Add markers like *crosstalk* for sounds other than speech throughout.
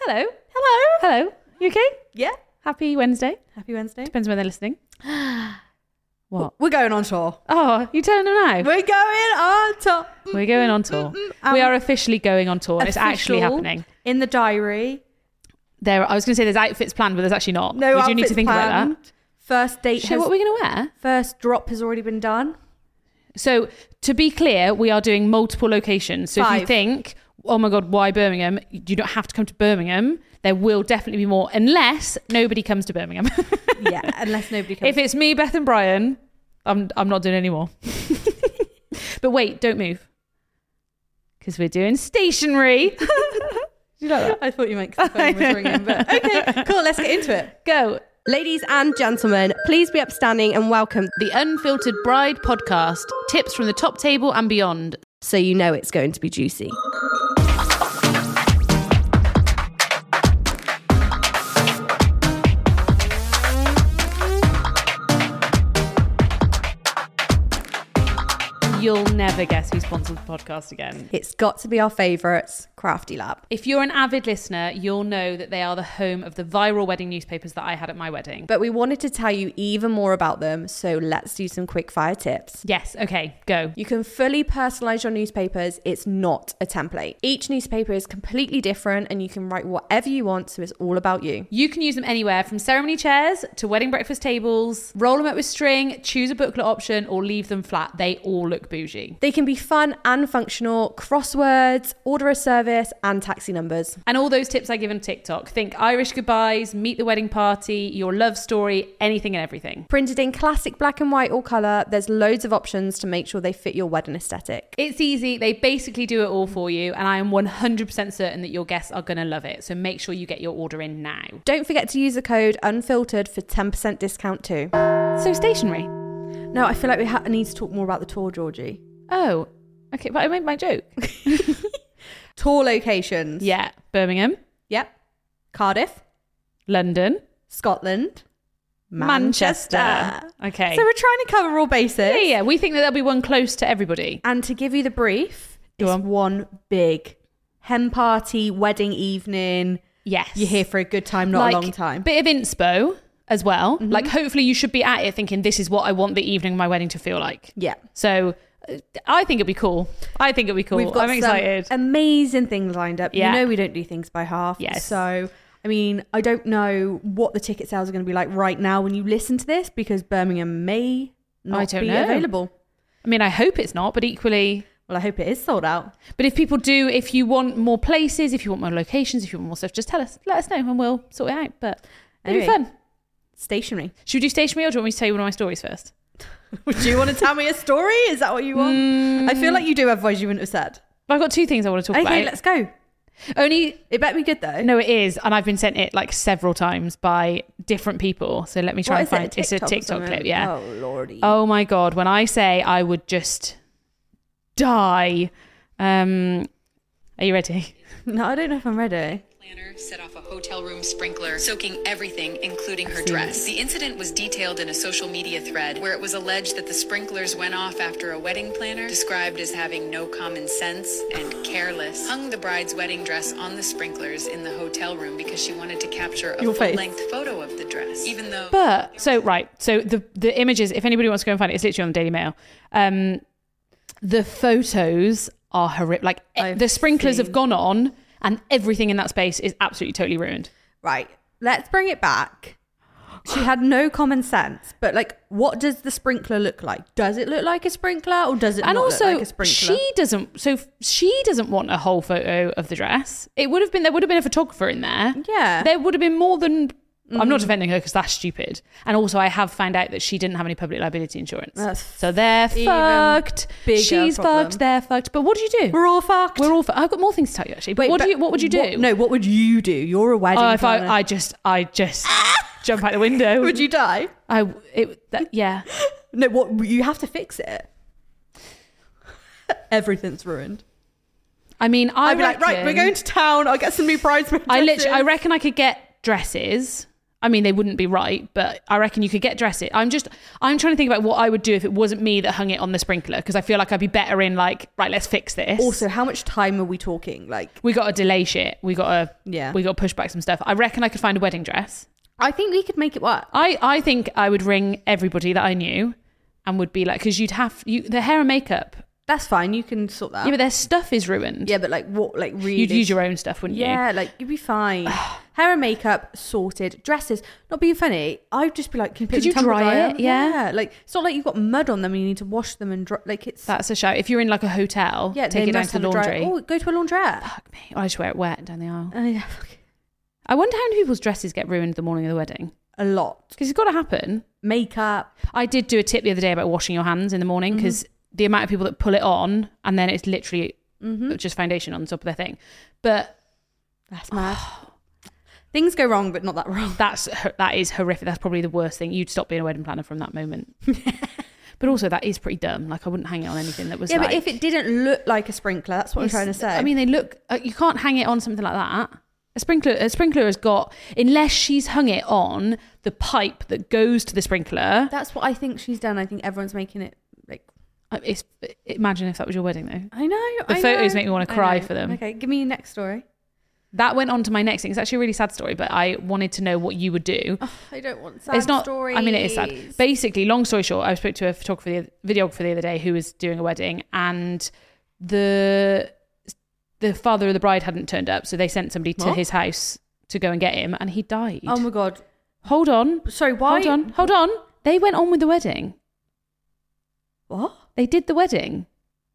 Hello. Hello. Hello. You okay? Yeah. Happy Wednesday. Happy Wednesday. Depends when they're listening. What? We're going on tour. Oh, you telling them now? We're going on tour. We're going on tour. we are officially going on tour. It's actually Um, Official happening. in the diary. There, I was going to say there's outfits planned, but there's actually not. No, we do need outfits to think planned. about First that. date So, has. what are we going to wear? First drop has already been done. So, to be clear, we are doing multiple locations. So, if you Five. think, oh my God, why Birmingham? You don't have to come to Birmingham. There will definitely be more, unless nobody comes to Birmingham. *laughs* Yeah, *laughs* unless nobody comes. if it's me, Beth, and Brian, I'm, I'm not doing any more. *laughs* but wait, don't move. Because we're doing stationery. *laughs* Do you like that? I thought *laughs* you meant 'cause the phone was ringing, but *laughs* okay, cool. Let's get into it. Go. Ladies and gentlemen, please be upstanding and welcome The Unfiltered Bride podcast tips from the top table and beyond. so you know it's going to be juicy. You'll never guess who sponsored the podcast again. It's got to be our favourites, Crafty Lab. If you're an avid listener, you'll know that they are the home of the viral wedding newspapers that I had at my wedding. But we wanted to tell you even more about them, so let's do some quick fire tips. Yes, okay, go. You can fully personalize your newspapers. It's not a template. Each newspaper is completely different and you can write whatever you want, so it's all about you. You can use them anywhere from ceremony chairs to wedding breakfast tables. Roll them up with string, choose a booklet option, or leave them flat. They all look bougie. They can be fun and functional, crosswords, order a service, and taxi numbers. And all those tips I give on TikTok think Irish goodbyes, meet the wedding party, your love story, anything and everything. Printed in classic black and white or colour, there's loads of options to make sure they fit your wedding aesthetic. It's easy. They basically do it all for you. And I am 100% certain that your guests are going to love it. So make sure you get your order in now. Don't forget to use the code unfiltered for 10% discount too. So, stationery. No, I feel like we ha- need to talk more about the tour, Georgie. Oh, okay. But I made my joke. Tour locations. Yeah. Birmingham, Yep. Cardiff, London, Scotland, Manchester. Manchester. Okay. So we're trying to cover all bases. yeah, yeah. We think that there'll be one close to everybody. And to give you the brief, Go it's on. one big hen party, wedding evening. Yes. You're here for a good time, not Like, a long time. Bit of inspo as well. Like, hopefully, you should be at it thinking, this is what I want the evening of my wedding to feel like. yeah. So uh, I think it'd be cool. I think it'd be cool. I'm some excited. amazing things lined up. Yeah. You know we don't do things by half. Yes. So I mean, I don't know what the ticket sales are going to be like right now when you listen to this because Birmingham may not I don't be know. available. I mean, I hope it's not, but equally, Well, I hope it is sold out. but if people do, if you want more places, if you want more locations, if you want more stuff, just tell us. Let us know and we'll sort it out. But it'd be Anyway. fun. Stationary. Should we do stationery or do you want me to tell you one of my stories first? *laughs* Would you want to tell me a story? Is that what you want? Mm. I feel like you do, otherwise you wouldn't have said. I've got two things I want to talk Okay, about. let's go. Only It better be good though. no, it is, and I've been sent it like several times by different people. So let me try What and is it, find. it's a or TikTok something? clip, yeah. Oh lordy. Oh my god, when I say I would just die. Um are you *laughs* ready? No, I don't know if I'm ready. planner set off a hotel room sprinkler, soaking everything, including her dress. The incident was detailed in a social media thread where it was alleged that the sprinklers went off after a wedding planner, described as having no common sense *gasps* and careless, hung the bride's wedding dress on the sprinklers in the hotel room because she wanted to capture a Your face. full length photo of the dress, *laughs* even though. *laughs* But so right, so the the images, if anybody wants to go and find it, it's literally on the Daily Mail. Um the photos are horrific. Like e- I've the sprinklers have seen. gone on and everything in that space is absolutely totally ruined. Right. Let's bring it back. She had no common sense, but like, what does the sprinkler look like? Does it look like a sprinkler, or does it and not also look like a sprinkler? she doesn't so f- she doesn't want a whole photo of the dress it would have been there would have been a photographer in there Yeah. Mm. there would have been more than i'm not defending her because that's stupid and also i have found out that she didn't have any public liability insurance That's so they're even fucked bigger she's problem. fucked they're fucked but what do you do We're all fucked. we're all fu- i've got more things to tell you actually but what do you what would you do no, what would you do? You're a wedding. oh if planner. i i just i just jump out the window *laughs* would you die? i it that, yeah No, what you have to fix it. *laughs* Everything's ruined. i mean i I'd be like, right, we're reckon- *laughs* going to town. I'll get some new bridesmaids. I literally, I dresses." reckon I could get dresses. I mean, they wouldn't be right, but I reckon you could get dress it. I'm just, I'm trying to think about what I would do if it wasn't me that hung it on the sprinkler because I feel like I'd be better in like, right, let's fix this. Also, how much time are we talking? Like, we got to delay shit. We got to, Yeah. we got to push back some stuff. I reckon I could find a wedding dress. I think we could make it work. I, I think I would ring everybody that I knew and would be like, because you'd have you the hair and makeup. That's fine. You can sort that. Yeah, but their stuff is ruined. yeah, but like what? Like really? You'd use your own stuff, wouldn't you? Yeah, like you'd *sighs* be fine. Hair and makeup sorted. Dresses. Not being funny. I'd just be like, can you, put Could it in you tumble dry dryer? it? Yeah. Like it's not like you've got mud on them and you need to wash them and dry. Like it's That's a shout. If you're in like a hotel, yeah. take they it down must to the have a dryer. laundry. Oh, go to a laundrette. Fuck me. I just wear it wet down the aisle. Oh yeah, fuck it. I wonder how many people's dresses get ruined the morning of the wedding. a lot. Because it's got to happen. Makeup. I did do a tip the other day about washing your hands in the morning Mm-hmm. because the amount of people that pull it on and then it's literally *sighs* Mm-hmm. Mm. just foundation on top of their thing. But That's mad. Things go wrong, but not that wrong. that's that is horrific. That's probably the worst thing. You'd stop being a wedding planner from that *laughs* moment. but also, that is pretty dumb. Like I wouldn't hang it on anything that was. Yeah, like, but if it didn't look like a sprinkler, that's what I'm Yes, trying to say. I mean, they look. Uh, you can't hang it on something like that. A sprinkler, a sprinkler has got unless she's hung it on the pipe that goes to the sprinkler. that's what I think she's done. I think everyone's making it like Uh, It's, imagine if that was your wedding though. I know. The I photos know, make me wanna I cry know. for them. Okay, give me your next story. That went on to my next thing. It's actually a really sad story, but I wanted to know what you would do. I don't want sad it's not. stories. I mean, it is sad. Basically, long story short, I spoke to a photographer, the, videographer the other day who was doing a wedding, and the the father of the bride hadn't turned up, so they sent somebody to What? his house to go and get him, and he died. oh my god. Hold on, Sorry, why? Hold on, hold on. They went on with the wedding. What? They did the wedding.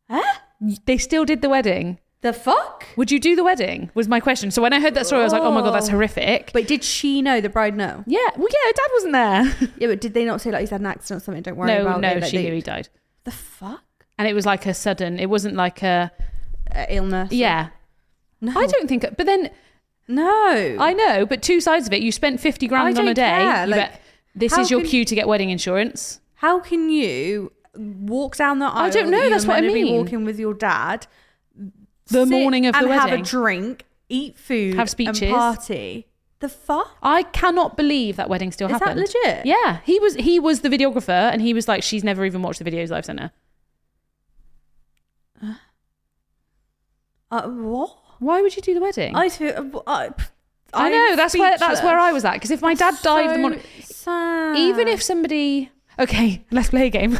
Huh? They still did the wedding. The fuck? Would you do the wedding? Was my question. So when I heard that story, I was like, oh my God, that's Oh. horrific. Wait, did she know? The bride know? yeah, well, yeah, her dad wasn't *laughs* there. Yeah, but did they not say like he's had an accident or something? Don't worry no, about no, it. like, she they- knew he died. The fuck? And it was like a sudden, it wasn't like a, Uh, illness. yeah. No. I don't think, but then No. I know, but two sides of it. You spent 50 grand I on a don't day. care, You like, bet- this how is your can- cue to get wedding insurance. How can you walk down the aisle? I don't that know, you're that's what I meant to be mean. Walking with your dad. The sit morning of the and have wedding. a drink, eat food, Have speeches. and party. The fuck? I cannot believe that wedding still Is that happened. legit? Yeah, he was he was the videographer, and he was like, she's never even watched the videos I've sent her. Uh, what? Why would you do the wedding? I feel. uh, I, I know that's where that's where I was at because if my dad died the morning, Sad. even if somebody okay, *laughs* let's play a game.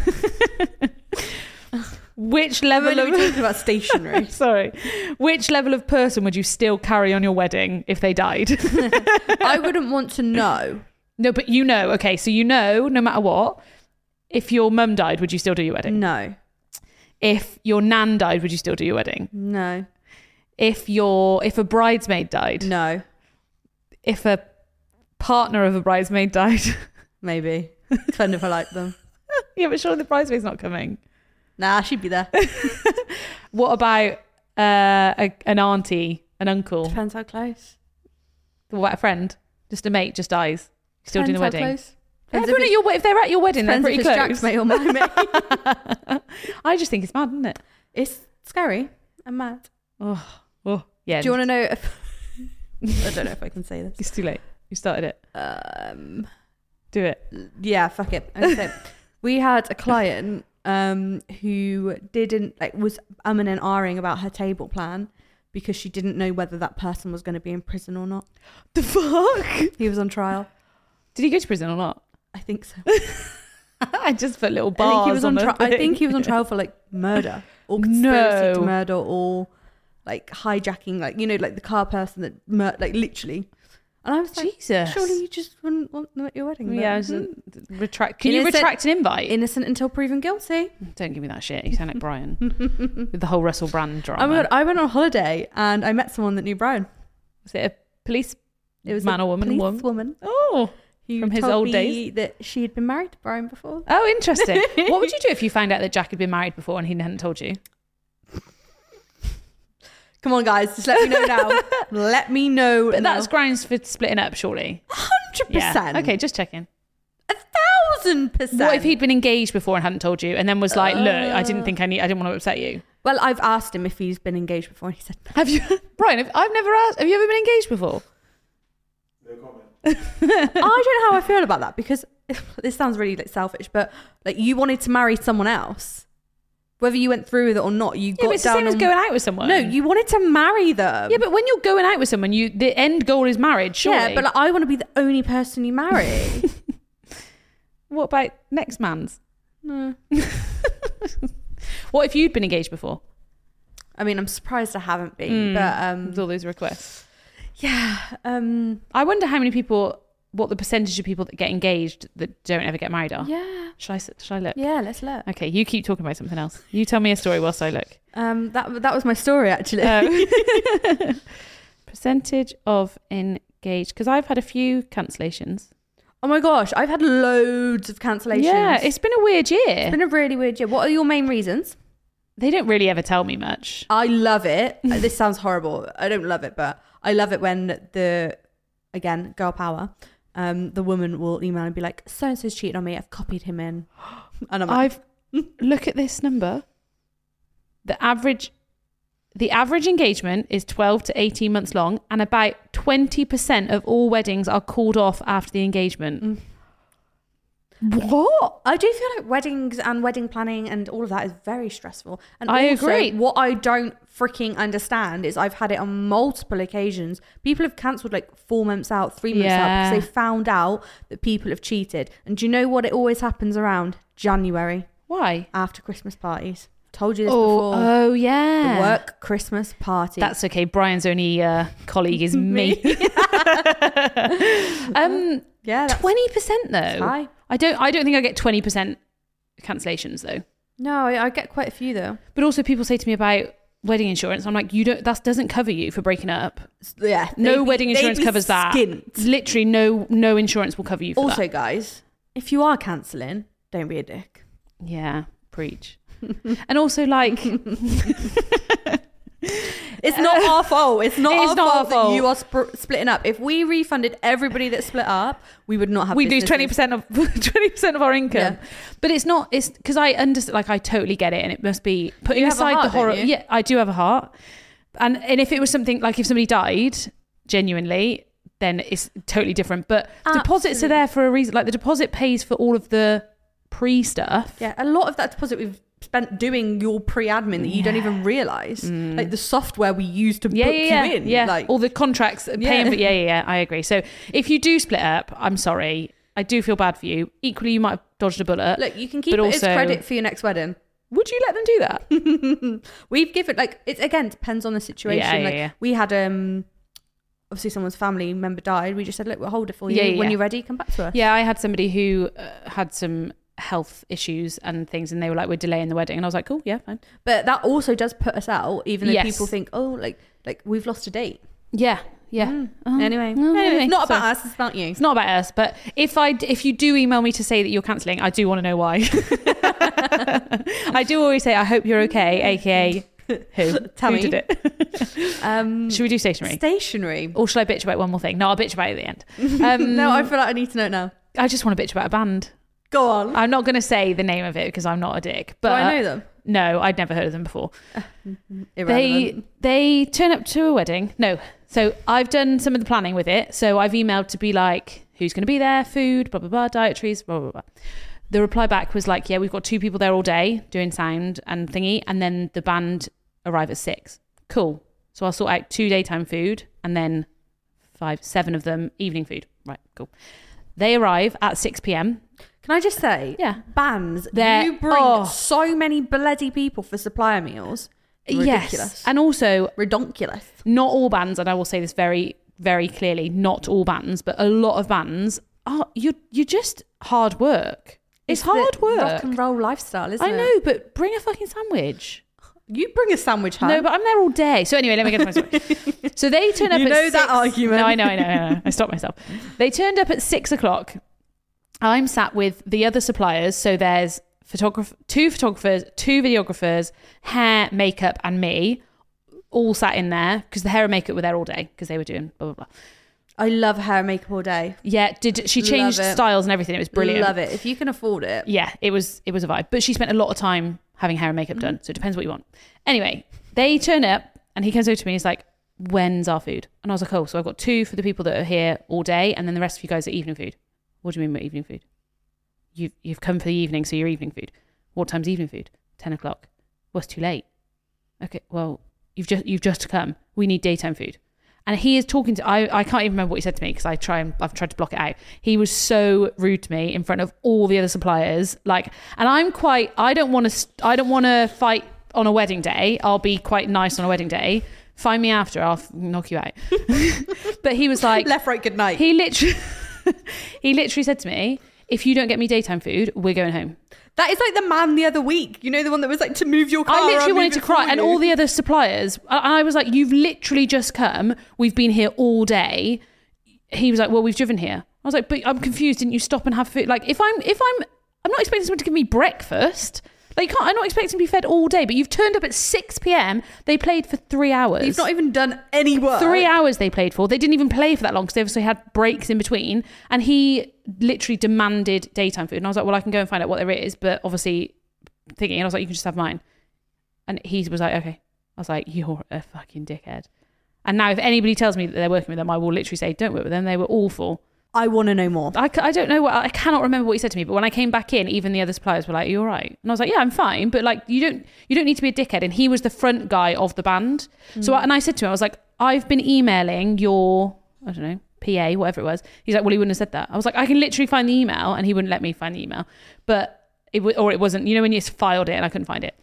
Which we're level of talking about *laughs* stationery. sorry, which level of person would you still carry on your wedding if they died? *laughs* I wouldn't want to know. no, but you know, okay, so you know, no matter what, if your mum died, would you still do your wedding? No, If your nan died, would you still do your wedding? no, If your if a bridesmaid died, no. if a partner of a bridesmaid died. *laughs* Maybe. Depending if I like them. yeah, but surely the bridesmaid's not coming. Nah, she'd be there. What about uh, a, an auntie, an uncle, Depends how close. what, a friend, just a mate, just dies? Still doing the Depends how wedding. close. Depends Everyone if at your, if they're at your wedding, they're Depends pretty if it's Jack's close. mate or *laughs* my mate. I just think it's mad, isn't it? It's scary. I'm mad. Oh, oh yeah. Do you want to know if... *laughs* I don't know if I can say this. It's too late. You started it. Um, Do it. yeah, fuck it. I'm gonna say it. *laughs* we had a client um, who didn't like was umming and ahhing about her table plan because she didn't know whether that person was going to be in prison or not. The fuck? He was on trial. Did he go to prison or not? I think so. I just put little *laughs* I bars think he was on. the Tri- I thing. think he *laughs* was on trial for like murder or No. conspiracy to murder or like hijacking, like you know, like the car person that mur- like literally. And I was like, Jesus. Oh, surely you just wouldn't want them at your wedding. Yeah, I but- was, Mm. retract. Can you Innocent- retract an invite? innocent until proven guilty. Don't give me that shit. You sound *laughs* like Brian with the whole Russell Brand drama. Oh my god! I went on holiday and I met someone that knew Brian. Was it a police? It was Man a or woman? police Woman. woman Oh, who From his told old me days? that she had been married to Brian before. oh, interesting. what would you *laughs* do if you found out that Jack had been married before and he hadn't told you? Come on, guys, just let me know *laughs* now. let me know. But that's grounds for splitting up, surely. hundred percent. Okay, just checking. a thousand percent. Uh. What if he'd been engaged before and hadn't told you, and then was like, "Look, I didn't think I need. I didn't want to upset you." Well, I've asked him if he's *laughs* been engaged before, and he said no. Have you, Brian? Have, I've never asked. Have you ever been engaged before? I don't know how I feel about that because *laughs* this sounds really like selfish, but like you wanted to marry someone else, whether you went through with it or not, you Yeah, but got it's the down. same as on- going out with someone. no, you wanted to marry them. Yeah, but when you're going out with someone, you the end goal is marriage. Surely. yeah, but like, I want to be the only person you *laughs* marry. *laughs* what about next man's? No. What if you'd been engaged before? I mean, I'm surprised I haven't Mm. been, but um, With all those requests, yeah, um, I wonder how many people, what the percentage of people that get engaged that don't ever get married are. yeah, Should I s- should I look? yeah. Let's look. Okay, you keep talking about something else. You tell me a story whilst I *laughs* look. Um, that that was my story actually. Uh, Um, *laughs* percentage of engaged because I've had a few cancellations. oh my gosh, I've had loads of cancellations. Yeah, it's been a weird year. It's been a really weird year. What are your main reasons? they don't really ever tell me much. I love *laughs* it. this sounds horrible. I don't love it, but I love it when the again girl power. Um, the woman will email and be like, "So and so's cheating on me. I've copied him in," *gasps* and I'm like, I've look at this number. The average the average engagement is 12 to 18 months long and about 20% of all weddings are called off after the Mm. engagement. "What?" I do feel like weddings and wedding planning and all of that is very stressful. And I also, agree. What I don't freaking understand is I've had it on multiple occasions. People have cancelled like four months out, three months out Yeah. because they found out that people have cheated. And do you know what? It always happens around January. Why? after Christmas parties. Told you this Oh, before. oh The yeah. work Christmas party. That's okay. Brian's only uh, colleague *laughs* is me. *laughs* um yeah. That's, 20% though. high. I don't I don't think I get 20% cancellations though. no, I, I get quite a few though. But also people say to me about wedding insurance. I'm like, you don't that doesn't cover you for breaking up. Yeah. No wedding insurance covers that. Skint. Literally, no no insurance will cover you for Also, *laughs* that. guys, if you are cancelling, don't be a dick. Yeah, preach. *laughs* and also, like, *laughs* It's *laughs* not our fault. It's not, It is our, not fault our fault. that you are sp- splitting up. If we refunded everybody that split up, we would not have. we lose businesses. twenty *laughs* percent of twenty percent of our income. Yeah. But it's not. It's because I understand. Like, I totally get it, and it must be putting have a aside the heart, don't horror. you? Yeah, I do have a heart, and and if it was something like if somebody died genuinely. Then it's totally different. But deposits are Absolutely. there for a reason. Like the deposit pays for all of the pre stuff. Yeah, a lot of that deposit we've spent doing your pre-admin that you don't Yeah. Mm. even realise, like the software we use to yeah, book yeah, you yeah. in. Yeah, Like, all the contracts that pay Yeah. him- Yeah, yeah, yeah. I agree. So if you do split up, I'm sorry. I do feel bad for you. Equally, you might have dodged a bullet. look, you can keep But it as also- credit for your next wedding. would you let them do that? *laughs* We've given like it again depends on the situation. Yeah, yeah, like yeah. we had um obviously someone's family member died. We just said, look, we'll hold it for you. Yeah, yeah, when yeah. you're ready, come back to us. yeah, I had somebody who uh, had some health issues and things, and they were like, "We're delaying the wedding," and I was like, "Cool, yeah, fine." But that also does put us out, even though Yes. people think, oh, like like we've lost a date. Mm. Yeah, yeah. Oh, Anyway, oh, anyway, it's not So- about us. It's about you. It's not about us, but if I d- if you do email me to say that you're cancelling, I do want to know why. *laughs* I do always say, "I hope you're Mm. okay," aka who? *laughs* Tammy. Who did it? Um, Should we do stationery? stationery. Or should I bitch about one more thing? No, I'll bitch about it at the *laughs* end. Um, no, I feel like I need to know it now. I just want to bitch about a band. Go on. I'm not going to say the name of it because I'm not a dick. Do But I know them? no, I'd never heard of them before. Irrelevant. They they turn up to a wedding. No, so I've done some of the planning with it. So I've emailed to be like, who's going to be there, food, blah blah blah, dietaries, blah blah blah. The reply back was like, yeah, we've got two people there all day doing sound and thingy, and then the band arrive at six. Cool. So I'll sort out two daytime food and then five, seven of them evening food. Right, cool. They arrive at six p.m. Can I just say, Yeah. bands. They're- you bring oh. so many bloody people for supplier meals. Ridiculous. Yes, and also Redonkulous. not all bands, and I will say this very, very clearly, not all bands, but a lot of bands are you you just hard work. It's, the hard work. Rock and roll lifestyle, isn't I it? know, but bring a fucking sandwich. You bring a sandwich home. No, but I'm there all day. So anyway, let me get to my *laughs* story. so they turn up. You at know that six- argument. No, I know, I know, I know. I stopped myself. They turned up at six o'clock. I'm sat with the other suppliers. So there's photograph, two photographers, two videographers, hair, makeup, and me, all sat in there because the hair and makeup were there all day because they were doing blah blah blah. I love hair and makeup all day. Yeah, did she changed Love it. styles and everything? It was brilliant. Love it. If you can afford it. Yeah, it was it was a vibe. But she spent a lot of time having hair and makeup done, so it depends what you want. Anyway, they turn up and he comes over to me and he's like, when's our food? And I was like, oh, so I've got two for the people that are here all day, and then the rest of you guys are evening food. What do you mean by evening food? You've, you've come for the evening, so you're evening food. What time's evening food? 10 o'clock. Well, it's too late. Okay, well, you've just, you've just come. We need daytime food. And he is talking to, I, I can't even remember what he said to me because I try and, I've tried to block it out. He was so rude to me in front of all the other suppliers. Like, and I'm quite, I don't want to, I don't want to fight on a wedding day. I'll be quite nice on a wedding day. Find me after, I'll f- knock you out. *laughs* but he was like, Left, right, good night. he literally, *laughs* he literally said to me, if you don't get me daytime food, we're going home. that is like the man the other week. You know the one that was like to move your car. I I'm literally wanted to moving cry, for and you. all the other suppliers. I, I was like, "You've literally just come. We've been here all day." He was like, "Well, we've driven here." I was like, "But I'm confused. Didn't you stop and have food? Like, if I'm, if I'm, I'm not expecting someone to give me breakfast. Like, you can't, I'm not expecting to be fed all day. But you've turned up at six p.m. They played for three hours. You've not even done any work. Three hours they played for. They didn't even play for that long because they obviously had breaks in between. And he literally demanded daytime food. And I was like, well, I can go and find out what there is. But obviously, thinking, and I was like, you can just have mine. And he was like, okay. I was like, you're a fucking dickhead. And now, if anybody tells me that they're working with them, I will literally say, don't work with them. They were awful. I want to know more. I, c- I don't know what I cannot remember what he said to me, but when I came back in, even the other suppliers were like, "You're right," and I was like, "Yeah, I'm fine." But like, you don't you don't need to be a dickhead. And he was the front guy of the band, so I, and I said to him, I was like, "I've been emailing your I don't know PA whatever it was." He's like, "Well, he wouldn't have said that." I was like, "I can literally find the email," and he wouldn't let me find the email, but it w- or it wasn't. You know when you just filed it and I couldn't find it.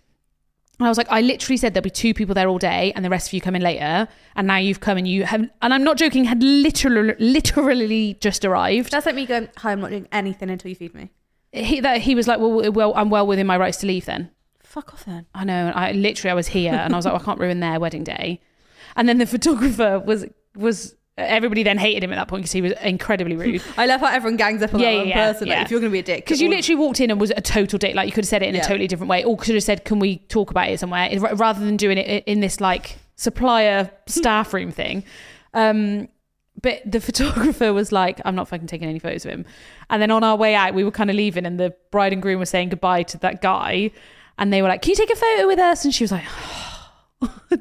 And I was like, I literally said there'll be two people there all day, and the rest of you come in later. And now you've come and you have, and I'm not joking, had literally, literally just arrived That's like me going, "Hi, I'm not doing anything until you feed me." he that he was like, well, well, I'm well within my rights to leave. Then Fuck off then. I know, and I literally I was here, and I was like, well, I can't ruin their wedding day. And then the photographer was was everybody then hated him at that point because he was incredibly rude. I love how everyone gangs up on Yeah, that yeah, one yeah, person. yeah. Like, if you're going to be a dick, Because you all- literally walked in and was a total dick. Like you could have said it in Yeah. a totally different way, or could have said, "Can we talk about it somewhere?" It- ra- Rather than doing it i- in this like supplier staff room thing. Um, but the *laughs* photographer was like, "I'm not fucking taking any photos of him." And then on our way out, we were kind of leaving, and the bride and groom were saying goodbye to that guy, and they were like, "Can you take a photo with us?" And she was like. *sighs*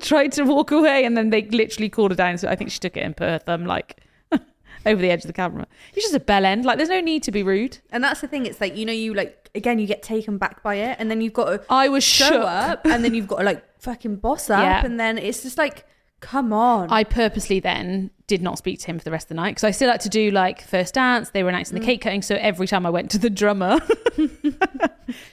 tried to walk away and then they literally called her down so i think she took it and put her thumb like *laughs* over the edge of the camera it's just a bell end like there's no need to be rude and that's the thing. It's like you know, you like again, you get taken back by it, and then you've got to i was show shook. up, and then you've got to like fucking boss *laughs* up, Yeah. and then it's just like, come on. I purposely then did not speak to him for the rest of the night because I still had to do like first dance. They were announcing Mm. the cake cutting, so every time I went to the drummer, *laughs*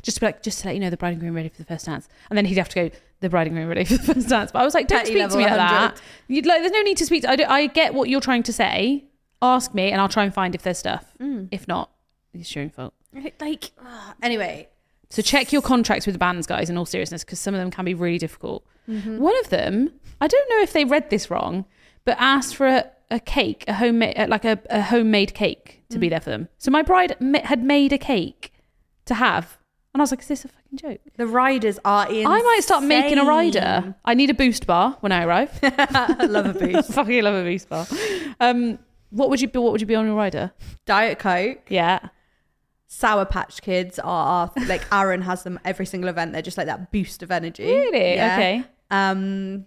just to be like, just to let you know, the bride and groom ready for the first dance, and then he'd have to go, the bride and groom ready for the first dance. But I was like, don't Petty speak to level me like 100. that. You'd like, there's no need to speak. To, I, don't- I get what you're trying to say. Ask me, and I'll try and find if there's stuff. Mm. If not, it's your own fault. *laughs* like ah, anyway. So check your contracts with the bands, guys, in all seriousness, because some of them can be really difficult. Mm-hmm. One of them, I don't know if they read this wrong, but asked for a, a cake, a homemade, uh, like a, a homemade cake to be Mm. there for them. So my bride ma- had made a cake to have, and I was like, "Is this a fucking joke?" The riders are in. I might start making a rider. I need a boost bar when I arrive. *laughs* *laughs* love a boost. *laughs* fucking love a boost bar. Um, what would you be? What would you be on your rider? Diet Coke, Yeah, Sour Patch Kids are, are like Aaron has them every single event. They're just like that boost of energy. really? Yeah. Okay. Um.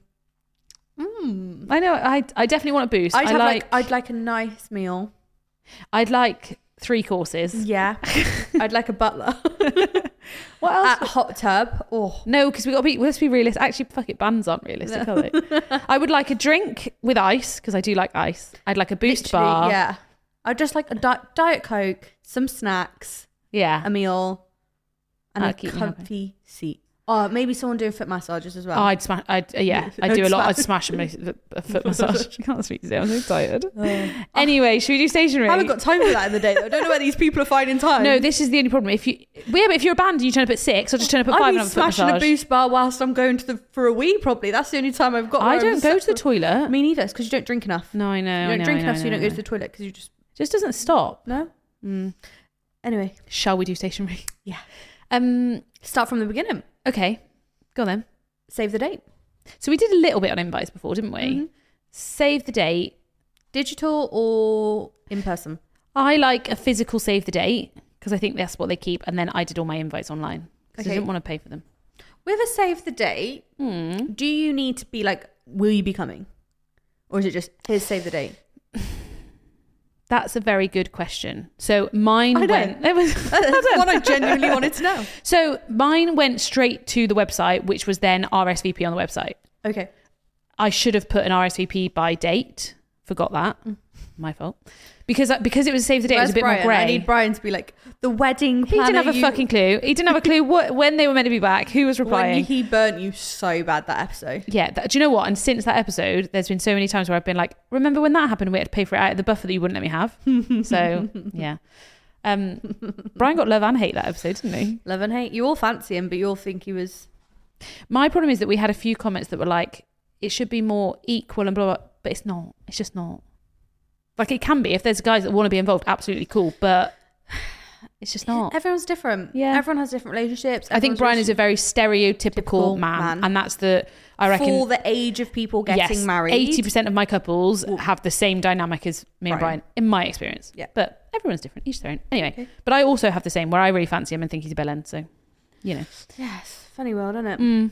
mm. I know. I I definitely want a boost. I'd I have like, like, I'd like a nice meal. I'd like three courses. *laughs* Yeah, I'd like a butler. What else? At hot tub. Oh, Uh, No, because we got to be let's be realistic. Actually, fuck it, bands aren't realistic, are *laughs* they? I would like a drink with ice because I do like ice. I'd like a boost literally, bar. Yeah, I'd just like a di- diet coke, some snacks, yeah. a meal, and I'll a keep you happy. comfy seat. Oh, maybe someone doing foot massages as well. Oh, I'd smash. I'd uh, *laughs* yeah. I do a I'd lot. I'd smash. smash a, ma- a foot *laughs* massage. I can't speak today. I'm so tired. *laughs* Anyway, should we do stationary? I haven't got time for that in the day. Though. I don't know where these people are finding time. no, this is the only problem. If you, well, yeah, but if you're a band and you turn up at six, I'll just turn up at I'd five and be have a foot smashing a massage. boost bar whilst I'm going to the for a wee. Probably that's the only time I've got. I where I'm don't go to the sat- toilet. Me neither. It's because you don't drink enough. no, I know. you I don't know, drink I know, enough, so you I don't know. go to the toilet because you just Just doesn't stop. no. Mm. Anyway, Shall we do stationary? Yeah. Um. start from the beginning. Okay. Go on then. Save the date. So we did a little bit on invites before, didn't we? Mhm. Save the date. Digital or in person? I like a physical save the date because I think that's what they keep. And then I did all my invites online because I Okay. didn't want to pay for them. With a save the date, Hmm. do you need to be like, will you be coming? Or is it just here's save the *laughs* date? That's a very good question. So mine I know. went. It was, *laughs* That's the one I genuinely wanted to know. *laughs* so mine went straight to the website, which was then RSVP on the website. Okay. I should have put an RSVP by date. Forgot that. My fault. Because because it was save the date, it was a bit Mm. Brian? more grey. I need Brian to be like the wedding he planner. didn't have a you- fucking clue. He didn't have a clue what, when they were meant to be back, who was when replying. he burnt you so bad that episode. yeah, that, do you know what? And since that episode, there's been so many times where I've been like, "Remember when that happened? We had to pay for it out of the buffer that you wouldn't let me have." *laughs* so yeah, um, Brian got love and hate that episode, didn't he? Love and hate. You all fancy him, but you all think he was My problem is that we had a few comments that were like, it should be more equal and blah, blah, but it's not. It's just not. Like, it can be. If there's guys that want to be involved, absolutely cool, but *sighs* it's just not. Everyone's different. Oh. Yeah. Everyone has different relationships. I think Everyone's Brian is a very stereotypical Typical man, man. and that's the, I reckon, for the age of people getting yes, married. 80% of my couples have the same dynamic as me and Brian. Brian, in my experience. Yeah. But everyone's different, each their own. Anyway, but I also have the same where I really fancy him and think he's a bell end, so, you know. Yes. Funny world, isn't it? Mm.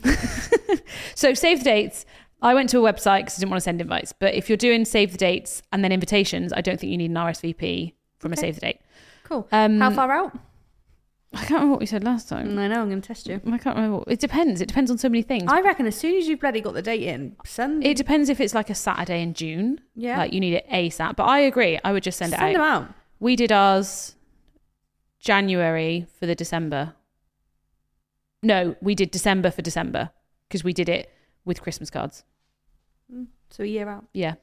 *laughs* Mm. So save the dates. I went to a website because I didn't want to send invites. But if you're doing save the dates and then invitations, I don't think you need an RSVP from a save the date. Cool. Um, How far out? I can't remember what we said last time. I know. I'm going to test you. I can't remember. What, it depends. It depends on so many things. I reckon as soon as you bloody got the date in, send it depends if it's like a Saturday in June. Yeah. Like you need it ASAP. But I agree. I would just send send it them out. out. We did ours January for the December. No, we did December for December because we did it with Christmas cards. So a year out. Yeah.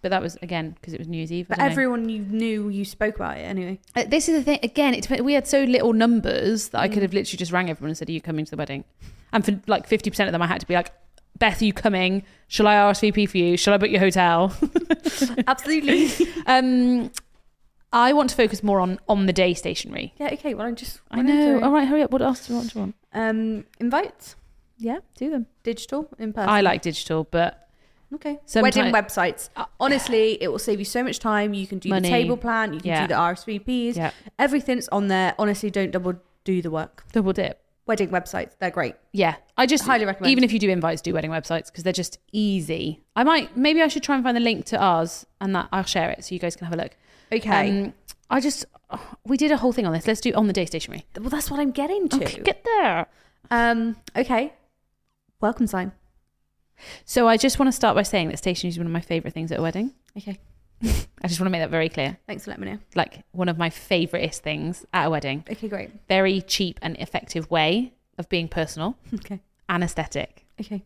But that was again because it was New Year's Eve. But wasn't it? everyone you knew, you spoke about it *laughs* anyway. Uh, this is the thing again. It depends. We had so little numbers that I could have literally just rang everyone and said, "Are you coming to the wedding?" And for like fifty percent of them, I had to be like, "Beth, are you coming? Shall I RSVP for you? Shall I book your hotel?" *laughs* Absolutely. um, I want to focus more on on the day stationery. yeah. Okay. Well, I'm just. I know. All right, hurry up. What else do you want? Do you want? Um, invites, Yeah, do them. digital, in person. I like digital, but Okay. Sometime- Wedding websites. Honestly, it will save you so much time. You can do Money. the table plan. You can Yeah. do the RSVPs. Yeah. Everything's on there. Honestly, don't double do the work. double dip. Wedding websites, they're great. Yeah, I just Highly recommend. Even if you do invites, do wedding websites because they're just easy. I might maybe I should try and find the link to ours and that I'll share it so you guys can have a look. Okay. Um, I just *sighs* oh, we did a whole thing on this. Let's do on the day stationery. well, that's what I'm getting to. Okay, get there. Um, okay. Welcome sign. So I just want to start by saying that stationery is one of my favorite things at a wedding. Okay. I just want to make that very clear. Thanks for letting me know. Like one of my favoriteest things at a wedding. Okay, great. *laughs* Very cheap and effective way of being personal Okay. and aesthetic. Okay.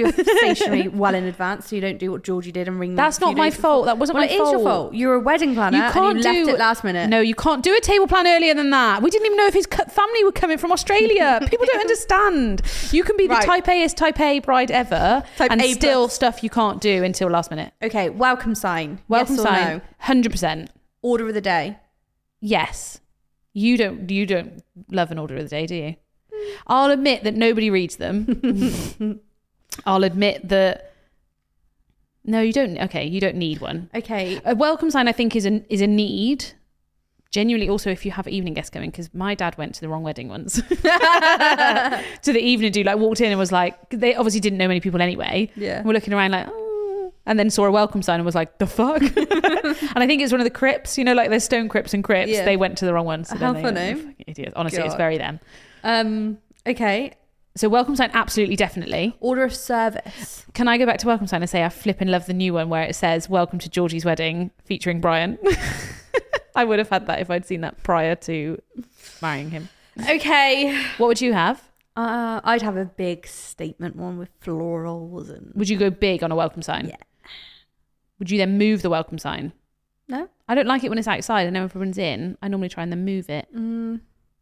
*laughs* your stationery well in advance so you don't do what Georgie did and ring me That's a few not my days fault. before. That wasn't well, my it fault. is your fault. You're a wedding planner. You can't and you do left it last minute. No, you can't do a table plan earlier than that. We didn't even know if his cu- family were coming from *laughs* Australia. People don't understand. You can be the Right. type Aist, type A bride ever, Type and A still plus. stuff you can't do until last minute. Okay. Welcome sign. Welcome yes or sign, No? hundred percent. Order of the day. Yes, you don't. You don't love an order of the day, do you? I'll admit that nobody reads them. *laughs* I'll admit that. No, you don't. Okay, you don't need one. *laughs* Okay. *laughs* A welcome sign, I think, is a is a need. Genuinely, also if you have evening guests coming, because my dad went to the wrong wedding once. *laughs* to the evening dude, like walked in and was like, they obviously didn't know many people anyway. Yeah. And we're looking around like, "Oh," and then saw a welcome sign and was like, the *laughs* fuck. *laughs* and I think it's one of the crypts, you know, like there's stone crypts and crypts. Yeah. They went to the wrong one. So How then they, funny. Idiots. Honestly, it's God. very them. Um. Okay. So welcome sign, absolutely, definitely. Order of service. Can I go back to welcome sign and say I flip and love the new one where it says "Welcome to Georgie's wedding" featuring Brian? *laughs* I would have had that if I'd seen that prior to marrying him. Okay. What would you have? Uh, I'd have a big statement one with florals and Would you go big on a welcome sign? Yeah. Would you then move the welcome sign? no. I don't like it when it's outside and everyone's in. I normally try and then move it.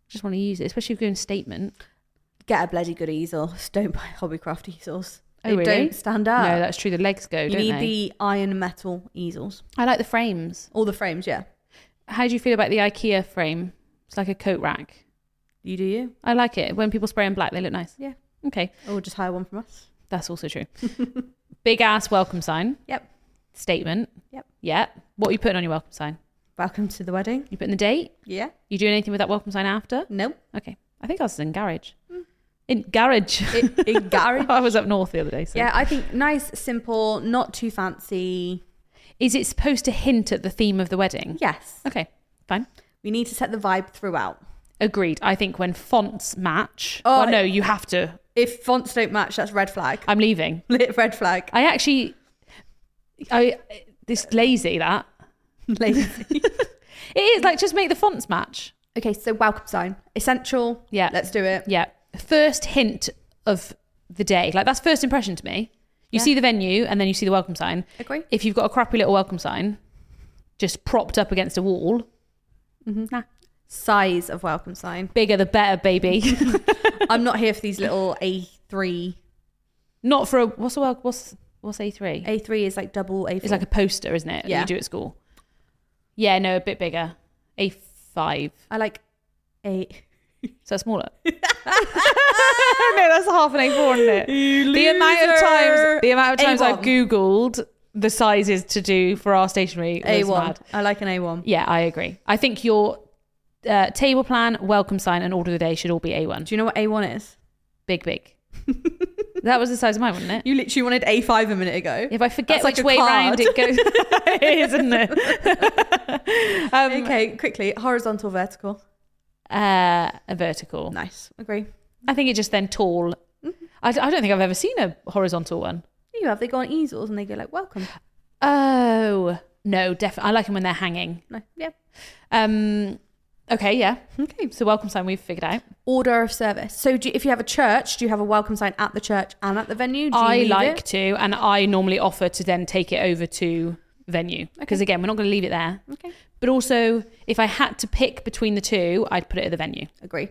Just want to use it, especially if you're doing statement. Get a bloody good easel. Just *laughs* don't buy Hobbycraft easels. Oh, they really? don't stand up. no, that's true. The legs go, Ah. you don't need they? the iron metal easels. I like the frames. All the frames, yeah. How do you feel about the IKEA frame? It's like a coat rack. You do you. I like it. When people spray in black, they look nice. Yeah. Okay. Or just hire one from us. That's also true. *laughs* Big ass welcome sign. Yep. Statement. Yep. Yep. What are you putting on your welcome sign? Welcome to the wedding. You putting the date? Yeah. You doing anything with that welcome sign after? No. Okay. I think ours is in garage. in garage. Hmm. *laughs* in garage. *laughs* I was up north the other day. So. Yeah, I think nice, simple, not too fancy. Is it supposed to hint at the theme of the wedding? Yes. Okay, fine. We need to set the vibe throughout. Agreed. I think when fonts match, Oh, oh no, you have to. If fonts don't match, that's red flag. *laughs* I'm leaving. Lit red flag. *laughs* I actually, I this lazy that Lazy. *laughs* it is like just make the fonts match. okay, so welcome sign. Essential. Yeah. Let's do it. Yeah, first hint of the day. Like that's first impression to me. You Yeah. see the venue and then you see the welcome sign. Agree. If you've got a crappy little welcome sign, just propped up against a wall, Size of welcome *laughs* sign. bigger the better, *laughs* baby. I'm not here for these little A3. Not for a what's a wel- what's what's a three? A3 is like double A4. It's like a poster, isn't it? That Yeah. you do at school. Yeah, no, a bit bigger. A five. I like *laughs* A. So that's *laughs* smaller. no, that's half an A4, isn't it? The amount of times the amount of times I've A1. Googled the sizes to do for our stationery was A1. mad. I like an A1. Yeah, I agree. I think your uh, table plan, welcome sign, and order of the day should all be A1. Do you know what A1 is? Big, *laughs* big. that was the size of mine, wasn't it? You literally wanted A5 a minute ago. If I forget That's like which a way card. round it *laughs* goes, *laughs* it is, isn't it? um, Okay, quickly. Horizontal, vertical. uh, a vertical. Nice. Mm-hmm. Agree. I think it just then tall. I, d- I don't think I've ever seen a horizontal one. You have. They go on easels and they go like, welcome. Oh no, definitely. I like them when they're hanging. No, yeah. Um, okay, yeah. Okay. So welcome sign we've figured out. Order of service. So do, if you have a church, do you have a welcome sign at the church and at the venue? Do you I leave like it? to, and I normally offer to then take it over to venue because again, we're not going to leave it there. Okay. But also, if I had to pick between the two, I'd put it at the venue. Agree.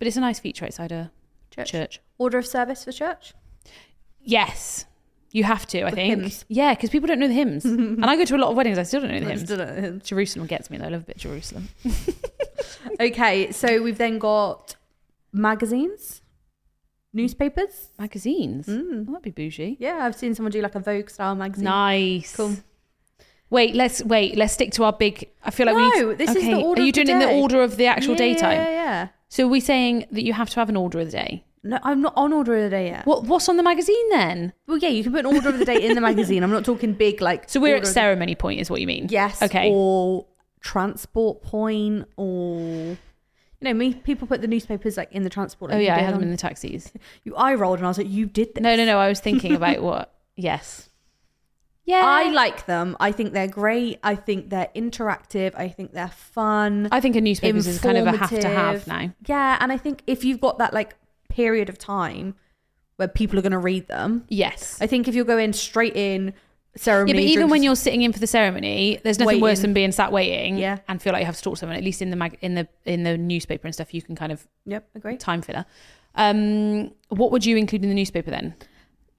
But it's a nice feature outside a Church. church. Order of service *laughs* for church. Yes, you have to. I The think. hymns. Yeah, because people don't know the *laughs* hymns, and I go to a lot of weddings. I still don't know the hymns. okay, Jerusalem gets me though. I love a bit of Jerusalem. so we've then got magazines, newspapers. Magazines. Well, that'd be bougie. Yeah, I've seen someone do like a Vogue style Mm. magazine. Nice. Cool. Wait, let's wait. Let's stick to our big. I feel like we need. No, this is the order Are you of the doing it in day. the order of the actual Yeah, daytime? Yeah, yeah. So are we saying that you have to have an order of the day? No, I'm not on order of the day yet. What what's on the magazine then? Well, yeah, you can put an order of the day in the magazine. I'm not talking big like. So we're order at of the- ceremony point, is what you mean? Yes. Okay. Or transport point, or you know, me people put the newspapers like in the transport. oh like, you yeah, I did had them on- in the taxis. You eye rolled, and I was like, "You did this." No, no, no. I was thinking *laughs* about what. Yes. Yeah. I like them. I think they're great. I think they're interactive. I think they're fun. I think a newspaper is kind of a have to have Informative. now. Yeah, and I think if you've got that like period of time where people are going to read them, Yes. I think if you're going straight in ceremony, Yeah, but even drinks- when you're sitting in for the ceremony, there's nothing worse Waiting. than being sat waiting Yeah. and feel like you have to talk to someone. At least in the mag- in the in the newspaper and stuff, you can kind of yep, agree. time filler. Um, what would you include in the newspaper then?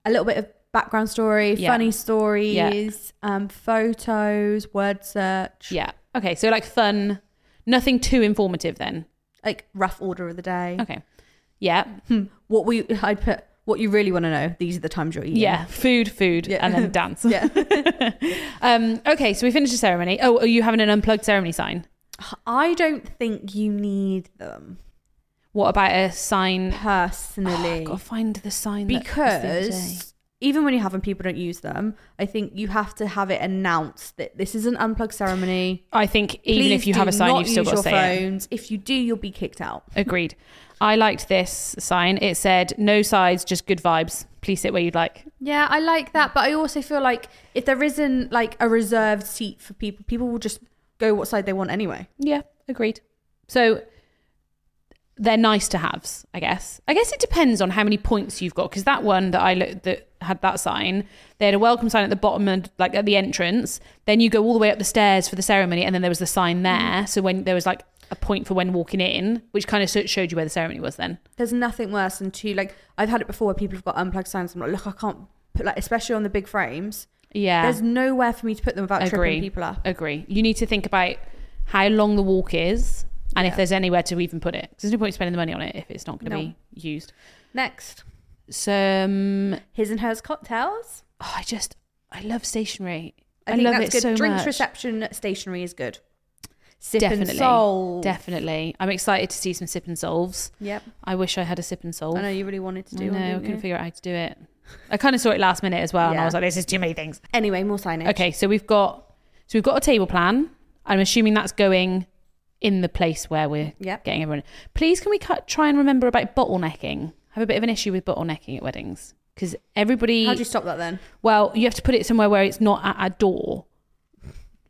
A little bit of background story, Yeah. funny stories, um, photos, word search, Yeah. Okay. So like fun, nothing too informative then. like rough order of the day. Okay. Yeah. What we I'd put what you really want to know. These are the times you're eating. Yeah, food, food, Yeah. and then dance. *laughs* Yeah. *laughs* Um, okay, so we finished the ceremony. Oh, are you having an unplugged ceremony sign? I don't think you need them What about a *gasps* sign? personally. Gotta find the sign that was the other day. because even when you have them, people don't use them. I think you have to have it announced that this is an unplugged ceremony. I think even Please if you do have a sign, not you've still use got to your say it. phones. If you do, you'll be kicked out. Agreed. I liked this sign. It said no sides, just good vibes. Please sit where you'd like. Yeah, I like that, but I also feel like if there isn't like a reserved seat for people, people will just go what side they want anyway. Yeah, agreed. So they're nice to haves, I guess. I guess it depends on how many points you've got because that one that I looked that had that sign, they had a welcome sign at the bottom and like at the entrance. Then you go all the way up the stairs for the ceremony, and then there was the sign there. So when there was like a point for when walking in, which kind of showed you where the ceremony was. Then There's nothing worse than two like I've had it before where people have got unplugged signs. I'm like, look, I can't put like especially on the big frames. yeah, There's nowhere for me to put them without agree. tripping people up. Agree. You need to think about how long the walk is and if Yeah. there's anywhere to even put it. 'Cause There's no point spending the money on it if it's not going to No. be used. Next, So um, his and hers cocktails. oh, I just I love stationery. I, I, think love that's it good. so Drinks much. reception stationery is good. Sip Definitely. and soul. Definitely. I'm excited to see some sip and solves. Yep. I wish I had a sip and solve. I know you really wanted to do I one. know, I didn't couldn't you? figure out how to do it. I kind of saw it last minute as well, and I Yeah. was like, "This is too many things." Anyway, more signage. Okay, so we've got so we've got a table plan. I'm assuming that's going in the place where we're Yep. getting everyone. Please, can we cut, try and remember about bottlenecking? I have a bit of an issue with bottlenecking at weddings because everybody. How do you stop that then? well, you have to put it somewhere where it's not at a door.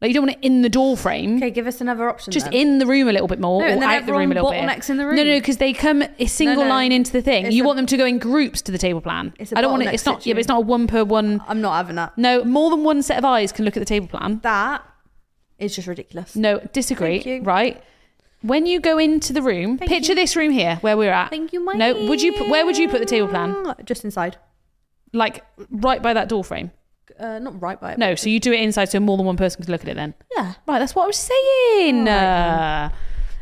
Like you don't want it in the door frame. Okay, give us another option. Just then. in the room a little bit more, No, or and then out the room a everyone little bit. bottlenecks in the No, no, room. because they come a single no. line into the thing. It's you a- want them to go in groups to the table plan. It's a I don't want it. bottleneck It's not. Yeah, but it's situation. not a one per one. I'm not having that. No, more than one set of eyes can look at the table plan. That is just ridiculous. No, disagree. Thank you. Right. When you go into the room, Thank picture you. this room here where we're at. Thank you, Mike. No, would you put- where would you put the table plan? Just inside. Like right by that door frame. Uh, not right by it. No, so you do it inside so more than one person can look at it then. Yeah. Right, that's what I was saying. Uh,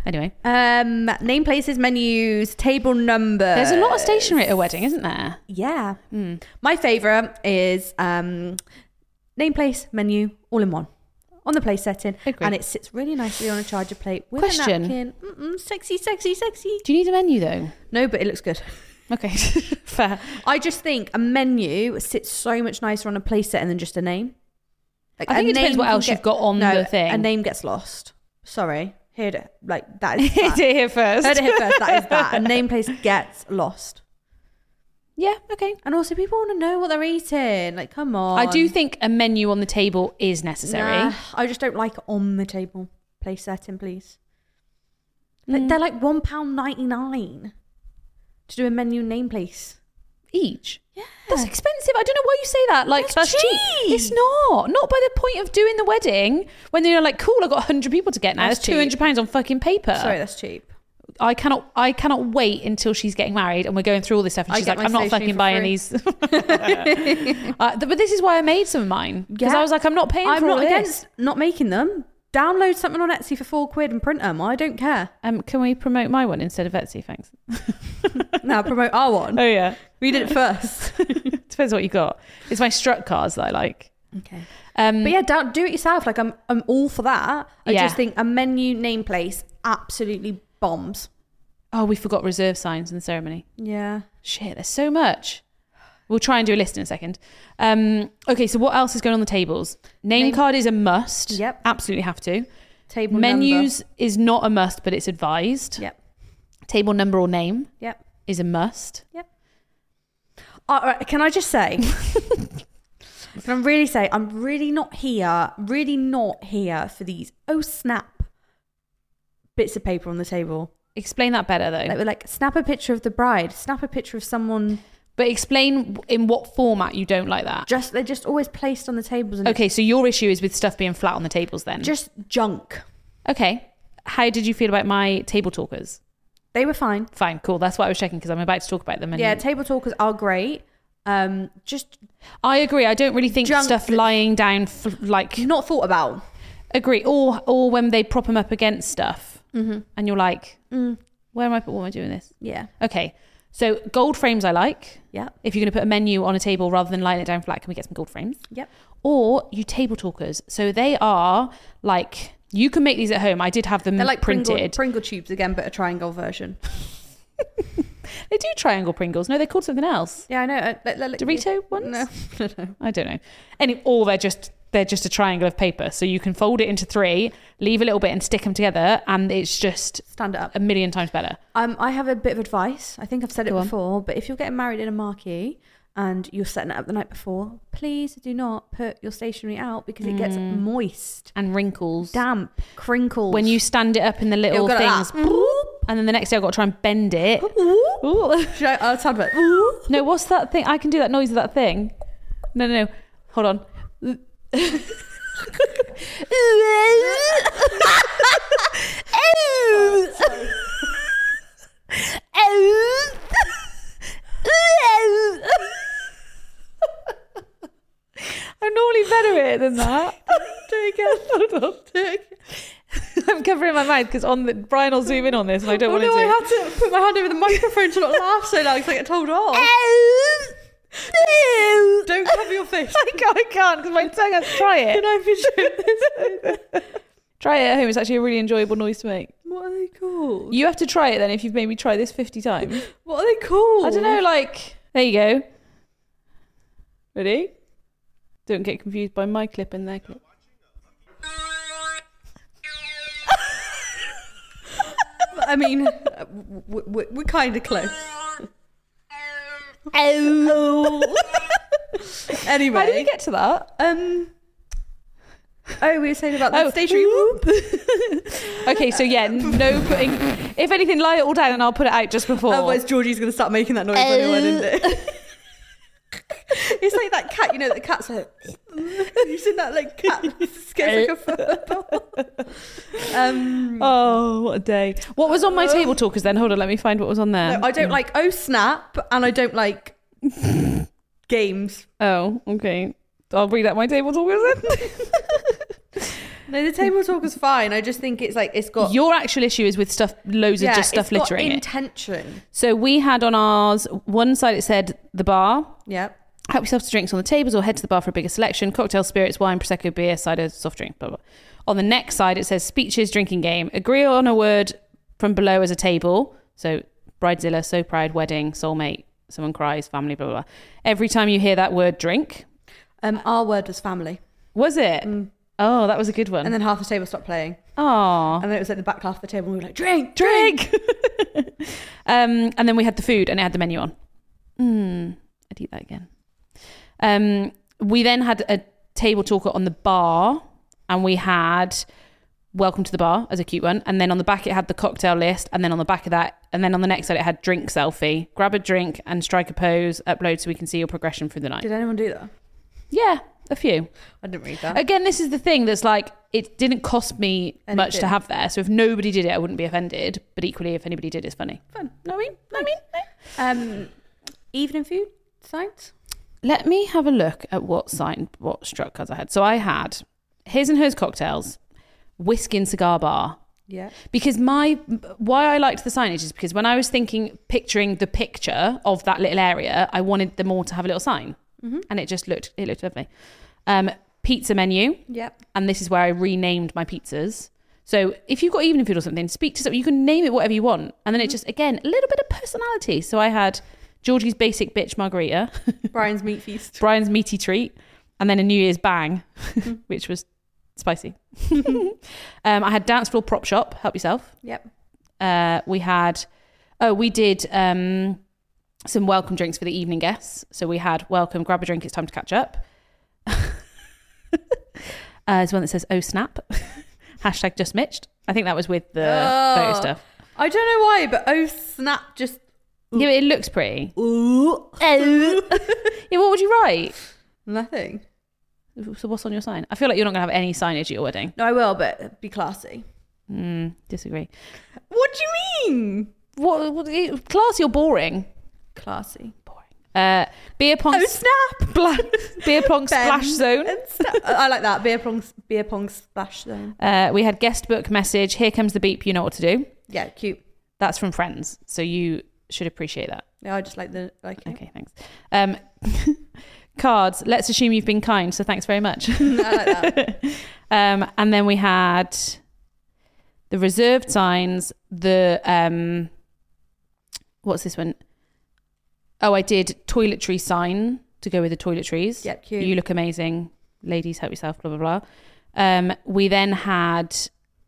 anyway, Um, name places, menus, table number. there's a lot of stationery at a wedding, isn't there? Yeah. Hmm. My favorite is um, name place, menu, all in one. On the place setting, Agree. and it sits really nicely on a charger plate with Question. a napkin. Mm-mm, sexy, sexy, sexy. Do you need a menu though? No, but it looks good. Okay, *laughs* fair. I just think a menu sits so much nicer on a place setting than just a name. Like, I think a it depends name what can else you've got on no, the thing. A name gets lost. Sorry, heard it like *laughs* that. Is Heard that. it here first. heard it here first. That *laughs* is that. A name place gets lost. Yeah, okay. And also, people want to know what they're eating. Like, come on. I do think a menu on the table is necessary. Nah, I just don't like it on the table. Place setting, please. Mm. Like, they're like one pound ninety nine to do a menu name place. each. Yeah. That's expensive. I don't know why you say that. Like that's, That's cheap. cheap. It's not. Not by the point of doing the wedding when they're like, cool, I've got hundred people to get now. That's, That's two hundred pounds on fucking paper. Sorry, that's cheap. I cannot I cannot wait until she's getting married and we're going through all this stuff and I she's get like, my I'm not fucking stationery for buying free. these. *laughs* uh, th- but this is why I made some of mine. Because Yeah. I was like, I'm not paying I'm for not all this. against not making them. Download something on Etsy for four quid and print them. I don't care. Um, can we promote my one instead of Etsy? Thanks. Now promote our one. Oh yeah. We did it first. *laughs* Depends what you got. It's my strut cars that I like. okay. Um, But yeah, do do it yourself. Like I'm, I'm all for that. I Yeah. just think a menu name place absolutely bombs. oh, we forgot reserve signs in the ceremony. Yeah. Shit, there's so much. We'll try and do a list in a second. Um, okay, so what else is going on the tables? Name, Name- card is a must. Yep. Absolutely have to. Table Menus is not a must, but it's advised. Number. Yep. Table number or name Yep. is a must. Uh, all right, can I *laughs* just say? can I really say I'm really not here, really not here for these oh snap bits of paper on the table. Explain that better though. Like we're like snap a picture of the bride, snap a picture of someone. but explain in what format you don't like that. Just they're just always placed on the tables and Okay, so your issue is with stuff being flat on the tables then. it's just junk. okay. How did you feel about my table talkers? They were fine. Fine, cool. That's what I was checking because I'm about to talk about them. And Yeah, table talkers are great. Um, just I agree. I don't really think Junk stuff that's- lying down fl- like not thought about. Agree. Or or when they prop them up against stuff, and you're like, where am I? What am I doing this? Yeah, Okay. So gold frames I like. yeah, If you're going to put a menu on a table rather than lying it down flat, can we get some gold frames? yep. Or you table talkers. So they are like you can make these at home. I did have them They're like printed. Pringle, Pringle tubes again, but a triangle version. they do triangle Pringles. No, they're called something else. Yeah, I know. Uh, like- like- Dorito ones? No, I don't know. Any or they're just they're just a triangle of paper. So you can fold it into three, leave a little bit, and stick them together, and it's just stand up. a million times better. Um, I have a bit of advice. I think I've said it Go on. before, but if you're getting married in a marquee and you're setting it up the night before, please do not put your stationery out because it gets moist, And wrinkles. damp, crinkles. Mm. when you stand it up in the little It'll go like things, that. ah, Boop. and then the next day I've got to try and bend it. Ooh. *laughs* Should I, I'll sound like, "Ooh." No, what's that thing? I can do that noise of that thing. No, no, no. Hold on. I'm normally better at it than that. do it again. Hold on. Do it again. I'm covering my mouth because on the Brian will zoom in on this and I don't Oh want no, to. I had to put my hand over the microphone to not laugh so loud because I get told Eh. off. Don't cover your face. I can't because my tongue has to try it. Can I visualize this? Try try it at home. It's actually a really enjoyable noise to make. *laughs* What are they called? You have to try it then if you've made me try this 50 times. What are they called? I don't know, like, there you go. Ready? Don't get confused by my clip and their clip. I mean, uh, w- w- w- we're kind of close. *laughs* *laughs* anyway, Oh. How did we get to that? um, oh, we were saying about the Oh. stationary whoop. *laughs* Okay, so yeah, no putting. If anything, lie it all down and I'll put it out just before. Otherwise, Georgie's gonna start making that noise anyway, *laughs* isn't it? it's like that cat, you know, the cat's like. *laughs* You've seen that *laughs* like cat scares Eh. like a football. um, Oh, what a day. What was on my table talkers then? Hold on, let me find what was on there. no, Um, I don't like oh snap, and I don't like games. Oh, okay. I'll read out my table talkers then. No, the table talk is fine. I just think it's like it's *laughs* got Your actual issue is with stuff, loads of just stuff it's got littering it. intention. So we had on ours one side it said the bar. Yep. Help yourself to drinks on the tables or head to the bar for a bigger selection. Cocktail, spirits, wine, prosecco, beer, cider, soft drink, blah, blah. On the next side, it says speeches, drinking game. Agree on a word from below as a table. So bridezilla, so proud, wedding, soulmate, someone cries, family, blah, blah, blah. Every time you hear that word drink, Um, our word was family, was it? Oh, that was a good one. Mm. and then half the table stopped playing, Aw. and then it was like the back half of the table, and we were like, "Drink, drink." oh. drink. *laughs* um, and then we had the food and it had the menu on. Mm, I'd eat that again. Um, we then had a table talker on the bar and we had welcome to the bar as a cute one. And then on the back, it had the cocktail list. And then on the back of that, and then on the next side, it had drink selfie. Grab a drink and strike a pose, upload so we can see your progression through the night. Did anyone do that? Yeah, a few. I didn't read that. Again, this is the thing that's like it didn't cost me And it much to didn't. have there. So if nobody did it, I wouldn't be offended. But equally, if anybody did, it's funny. Fun. No, I mean, know what I mean, Um, evening food science. let me have a look at what sign what struck cards I had. So I had his and hers cocktails, whiskey and cigar bar. Yeah. Because my why I liked the signage is because when I was thinking picturing the picture of that little area, I wanted them all to have a little sign, and it just looked it looked lovely. Um, pizza menu. Yep. and this is where I renamed my pizzas. So if you've got evening food or something, speak to someone. You can name it whatever you want, and then it just again a little bit of personality. So I had Georgie's basic bitch margarita, *laughs* Brian's meat feast. Brian's meaty treat, and then a New Year's bang, *laughs* which was spicy. *laughs* um, I had dance floor prop shop. Help yourself. Yep. Uh, we had oh we did um, some welcome drinks for the evening guests. So we had welcome, grab a drink, it's time to catch up. *laughs* uh, there's one that says oh snap, *laughs* hashtag just mitched. I think that was with the photo Oh. stuff. I don't know why, but oh snap! Just Yeah, it looks pretty. ooh. Yeah, what would you write? *laughs* Nothing. So what's on your sign? I feel like you're not gonna have any signage at your wedding. No, I will, but be classy. Mm, disagree. What do you mean? What, what classy or boring? Classy. Uh, beer pong, Oh snap! Black *laughs* beer pong splash zone. *laughs* I like that beer pong beer pong splash zone. Uh, we had guest book message. Here comes the beep. You know what to do. Yeah, cute. That's from Friends, so you should appreciate that. Yeah, I just like the like. it. Okay, thanks. Um, *laughs* cards. Let's assume you've been kind, so thanks very much. *laughs* I like that. Um, and then we had the reserved signs. The um, what's this one? Oh, I did toiletry sign to go with the toiletries. Yep, cute. You look amazing, ladies. Help yourself. Blah blah blah. Um, we then had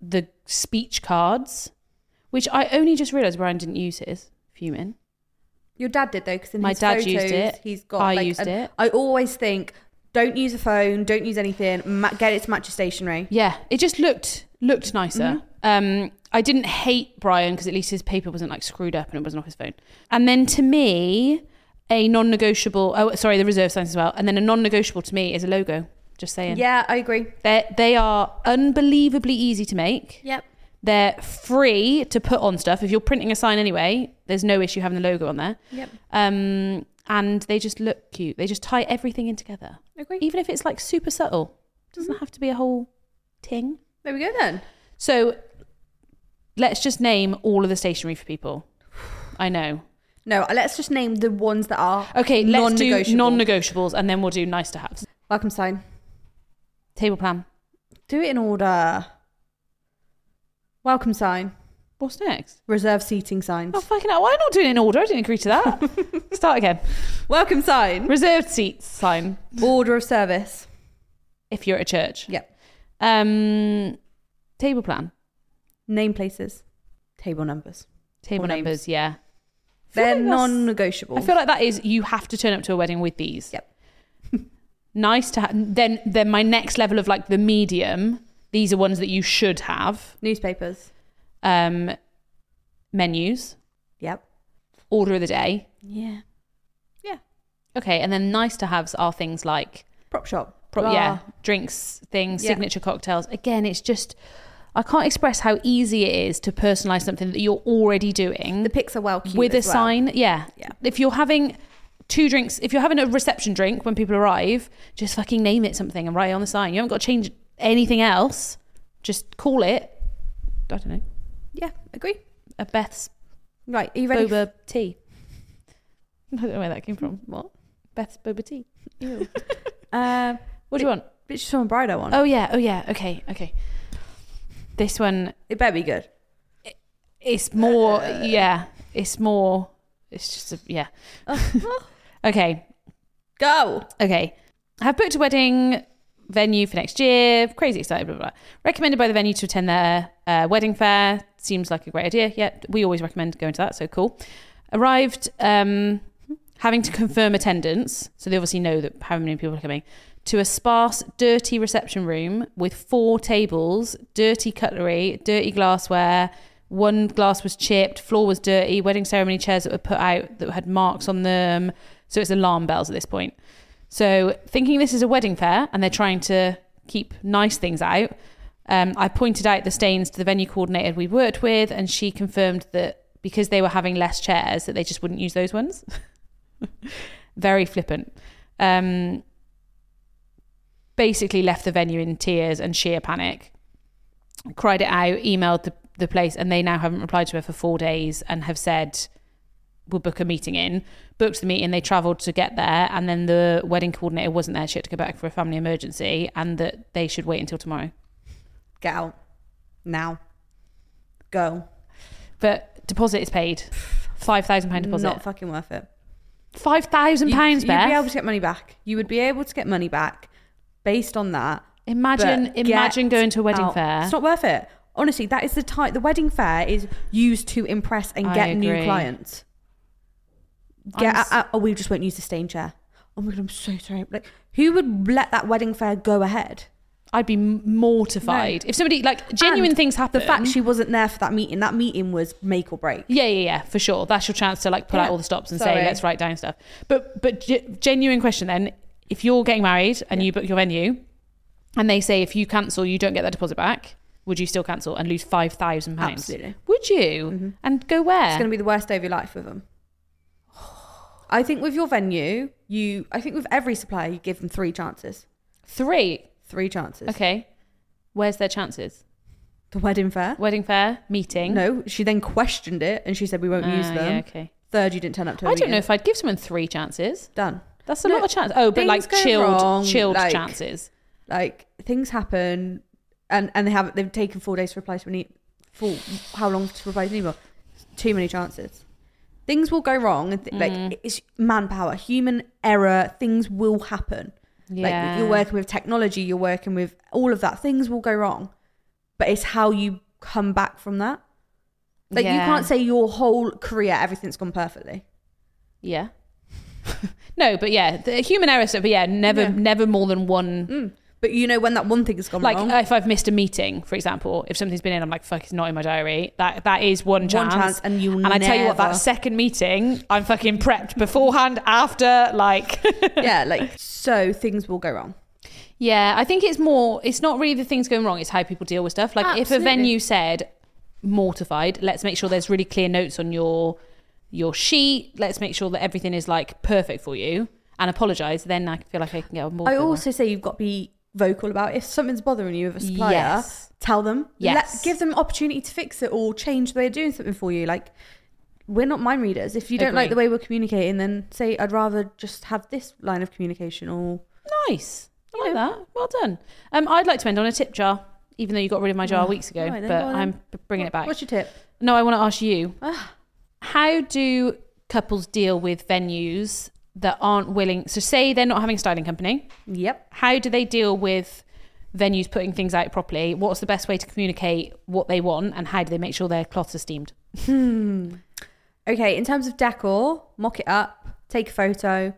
the speech cards, which I only just realised Brian didn't use his. Fuming. Your dad did though, because in My his dad photos, used it. He's got. I like, used an- it. I always think, don't use a phone, don't use anything. Ma- get it to match your stationery. Yeah, it just looked looked nicer. Um, I didn't hate Brian because at least his paper wasn't like screwed up and it wasn't off his phone. And then to me, a non-negotiable. Oh, sorry, the reserve signs as well. And then a non-negotiable to me is a logo. Just saying. Yeah, I agree. They they are unbelievably easy to make. Yep. They're free to put on stuff. If you're printing a sign anyway, there's no issue having the logo on there. Yep. Um, and they just look cute. They just tie everything in together. Agree. Even if it's like super subtle, doesn't have to be a whole ting. There we go then. So let's just name all of the stationery for people. I know. No, let's just name the ones that are Okay, let's do non-negotiable. non-negotiables and then we'll do nice to haves. Welcome sign. Table plan. Do it in order. Welcome sign. What's next? Reserve seating signs. Oh fucking hell! Why am I not doing it in order? I didn't agree to *laughs* that. Start again. *laughs* Welcome sign. Reserved seats sign Order of service. if you're at a church. Yep. Um, table plan, Name places. Table numbers. table Or names. numbers. Yeah. I feel They're like that's- non-negotiable. I feel like that is you have to turn up to a wedding with these. Yep. *laughs* nice to ha- then then my next level of like the medium. These are ones that you should have. Newspapers. Um, menus, Yep. order of the day. Yeah. Okay, and then nice to haves are things like Prop shop. Pro- Bar. yeah, drinks, things, Yeah. signature cocktails. Again, it's just I can't express how easy it is to personalize something that you're already doing The pics are well cute with a as well. sign. Yeah. Yeah. If you're having two drinks, if you're having a reception drink when people arrive, just fucking name it something and write it on the sign. You haven't got to change anything else. Just call it. I don't know. Yeah. Agree. A Beth's *laughs* Right. Are you ready? boba tea. I don't know where that came from. What? Beth's boba *laughs* tea. *laughs* Ew. Uh, what do you want? bitch, someone brighter one. Oh yeah, oh yeah, okay, okay. This one It better be good. it's more Uh, yeah, it's more it's just a *laughs* yeah. Uh-huh. okay, Go. okay. I have booked a wedding venue for next year. Crazy excited, blah blah. blah. Recommended by the venue to attend their uh, wedding fair. Seems like a great idea. Yeah, we always recommend going to that, so cool. Arrived um having to confirm attendance, so they obviously know that how many people are coming. To a sparse, dirty reception room with four tables, dirty cutlery, dirty glassware. One glass was chipped, floor was dirty, wedding ceremony chairs that were put out that had marks on them. So it's alarm bells at this point. So thinking this is a wedding fair and they're trying to keep nice things out, um, I pointed out the stains to the venue coordinator we worked with, and she confirmed that because they were having less chairs, that they just wouldn't use those ones. *laughs* Very flippant. Um, basically, left the venue in tears and sheer panic. Cried it out, emailed the, the place, and they now haven't replied to her for four days and have said, We'll book a meeting in. Booked the meeting, they travelled to get there, and then the wedding coordinator wasn't there. She had to go back for a family emergency, and that they should wait until tomorrow. Get out. Now. Go. But deposit is paid. Five thousand pound deposit. Not fucking worth it. Five thousand You'd- pounds, You'd be able Beth. to get money back. You would be able to get money back based on that. Imagine, but imagine get going to a wedding out. fair. It's not worth it. Honestly, that is the type. The wedding fair is used to impress and I get new agree. clients. I'm Get s- out- out- oh, we just won't use the stain chair. Oh my god, I'm so sorry. Like, who would let that wedding fair go ahead? I'd be mortified if somebody like genuine And things happen. The fact she wasn't there for that meeting, that meeting was make or break. yeah, yeah, yeah, for sure. That's your chance to like pull Yeah, out all the stops and sorry. say, let's write down stuff. But but ge- genuine question then: if you're getting married and you book your venue, and they say if you cancel, you don't get that deposit back, would you still cancel and lose five thousand pounds? Absolutely. Mm-hmm. Would you? And go where? It's going to be the worst day of your life with them. I think with your venue, you. I think with every supplier, you give them three chances. Three. Three chances. Okay. Where's their chances? The wedding fair. Wedding fair meeting. No, she then questioned it and she said we won't Ah, use them. Yeah, okay. Third, you didn't turn up to. I don't know meeting. if I'd give someone three chances. done. That's a No, lot of chances. Oh, but things like go chilled, wrong, chilled like- chances. Like things happen, and and they haven't. They've taken four days to reply to an e- four. How long to reply to an email? Too many chances. Things will go wrong. And th- Mm. Like it's manpower, human error. Things will happen. Like you're working with technology, you're working with all of that. Things will go wrong, but it's how you come back from that. Like you Yeah. can't say your whole career everything's gone perfectly. Yeah. no, but yeah, the human error stuff. But yeah, never, Yeah. Mm, never more than one. But you know when that one thing has gone Like *laughs* uh, wrong. if I've missed a meeting, for example, if something's been in, I'm like, fuck, it's not in my diary. That that is one chance. chance and you'll And I tell you what, that never- second meeting, I'm fucking prepped beforehand, after, like. *laughs* yeah, like so things will go wrong. Yeah, I think it's more. It's not really the things going wrong. It's how people deal with stuff. Like if a Absolutely. venue said, "Mortified," let's make sure there's really clear notes on your your sheet. Let's make sure that everything is like perfect for you, and apologise. Then I feel like I can get on board. I with it. also say you've got to be vocal about it. if something's bothering you with a supplier, Yes. tell them. Yes. give them opportunity to fix it or change the way of doing something for you. Like we're not mind readers. If you don't like Agree. the way we're communicating, then say I'd rather just have this line of communication or nice. I like that. Well done. Um, I'd like to end on a tip jar. even though you got rid of my jar Oh, weeks ago, alright then, but go on then. I'm b- bringing it back. What's your tip? No, I want to ask you. Ah. How do couples deal with venues that aren't willing? So, say they're not having a styling company. Yep. How do they deal with venues putting things out properly? What's the best way to communicate what they want, and how do they make sure their cloths are steamed? Okay, in terms of decor, mock it up, take a photo.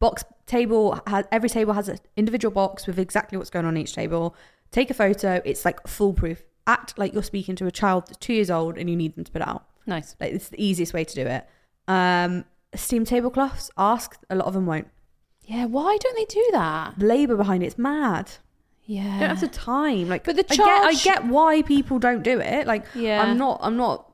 Box table has every table has an individual box with exactly what's going on each table. Take a photo. It's like foolproof. Act like you're speaking to a child that's two years old and you need them to put it out. Nice. Like it's the easiest way to do it. Um, steam tablecloths. Ask. A lot of them won't. Yeah. Why don't they do that? Labor behind it's mad. Yeah. You don't have the time. Like, But the I charge- get, I get why people don't do it. Like, Yeah. I'm not, I'm not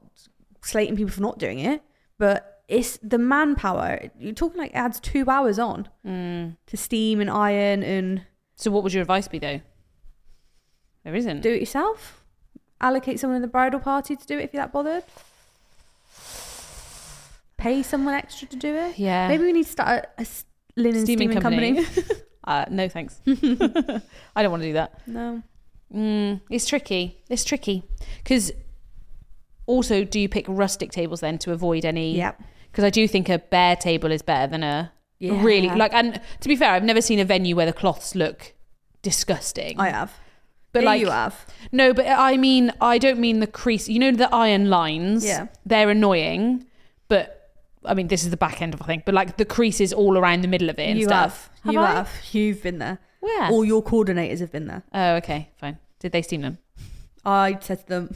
slating people for not doing it, but it's the manpower. You're talking like it adds two hours on Mm. to steam and iron and So, what would your advice be though? There isn't. do it yourself. Allocate someone in the bridal party to do it if you're that bothered. Pay someone extra to do it. yeah. Maybe we need to start a, a s- linen steaming, company. *laughs* *laughs* uh, no, thanks. *laughs* I don't want to do that. no. Mm, it's tricky. It's tricky because also, do you pick rustic tables then to avoid any? Yep. Because I do think a bare table is better than a Yeah. really like. And to be fair, I've never seen a venue where the cloths look disgusting. I have. but Yeah, like Oh, you have. no, but I mean, I don't mean the crease. You know the iron lines. Yeah. they're annoying, but. I mean, this is the back end of a thing, but like the creases all around the middle of it and you stuff. have. You I? have. You've been there. Where? All your coordinators have been there. Oh, okay, fine. Did they steam them? I said to them,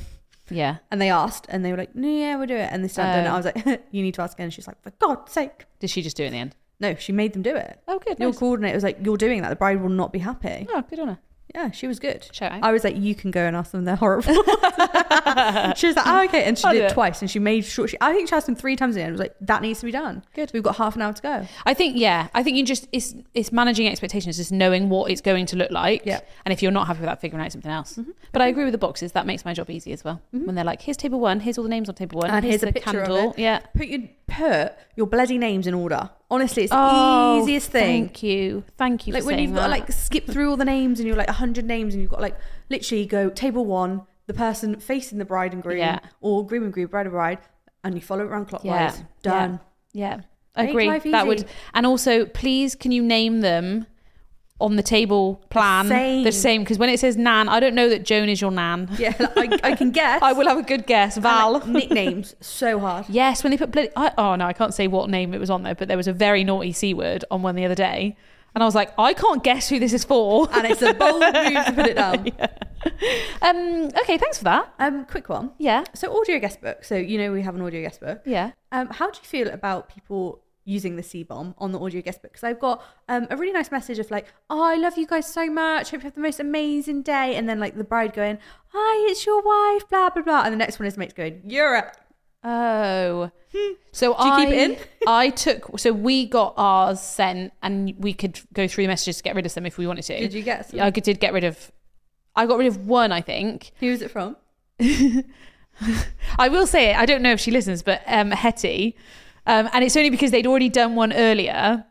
Yeah. and they asked, and they were like, "No, yeah, we'll do it." And they started doing it. Oh. I was like, *laughs* "You need to ask again." And she's like, "For God's sake!" Did she just do it in the end? No, she made them do it. Oh, good. Your Nice. coordinator was like, "You're doing that. The bride will not be happy." Oh, good on her. Yeah, she was good. Shout out. I was like, "You can go and ask them. They're *laughs* horrible." she was like, "Oh, okay," and she I'll did do it it. twice, and she made sure. She, I think she asked them three times in. And was like, "That needs to be done." Good. We've got half an hour to go. I think yeah. I think you just it's it's managing expectations, just knowing what it's going to look like. Yeah. Mm-hmm. And if you're not happy with that, figuring out something else. But I agree with the boxes. That makes my job easy as well. When they're like, here's table one, here's all the names on table one, And here's a the picture of candle. it. Yeah. Put your put your bloody names in order. Honestly, it's the easiest thing. Oh, Thank you. Thank you. like for when saying you've got to that. like skip through all the names and you're like 100 names and you've got to, like literally go table one the person facing the bride and groom Yeah. or groom and groom bride and bride and you follow it around clockwise Yeah. done Yeah. Make Agree. life That would easy. and also please can you name them on the table plan the same. same because when it says nan I don't know that Joan is your nan yeah, like, I, *laughs* I can guess I will have a good guess Val And, like, nicknames so hard Yes, when they put bloody. I, oh no, I can't say what name it was on there, but there was a very naughty c word on one the other day, and I was like, I can't guess who this is *laughs* for. and it's a bold move to put *laughs* it down Um. Okay, thanks for that. um quick one Yeah. so audio guest book so you know we have an audio guest book Yeah. Um, how do you feel about people using the C bomb on the audio guest book? Because I've got um, a really nice message of like, "Oh, I love you guys so much. Hope you have the most amazing day." And then like the bride going, "Hi, it's your wife." Blah blah blah. And the next one is mates going, "You're a Oh. So Hmm. you I keep it in? *laughs* I took so we got ours sent, and we could go through the messages to get rid of them if we wanted to. Did you get some? I did get rid of. I got rid of one, I think. Who is it from? I will say it. I don't know if she listens, but um, Hetty, um, and it's only because they'd already done one earlier.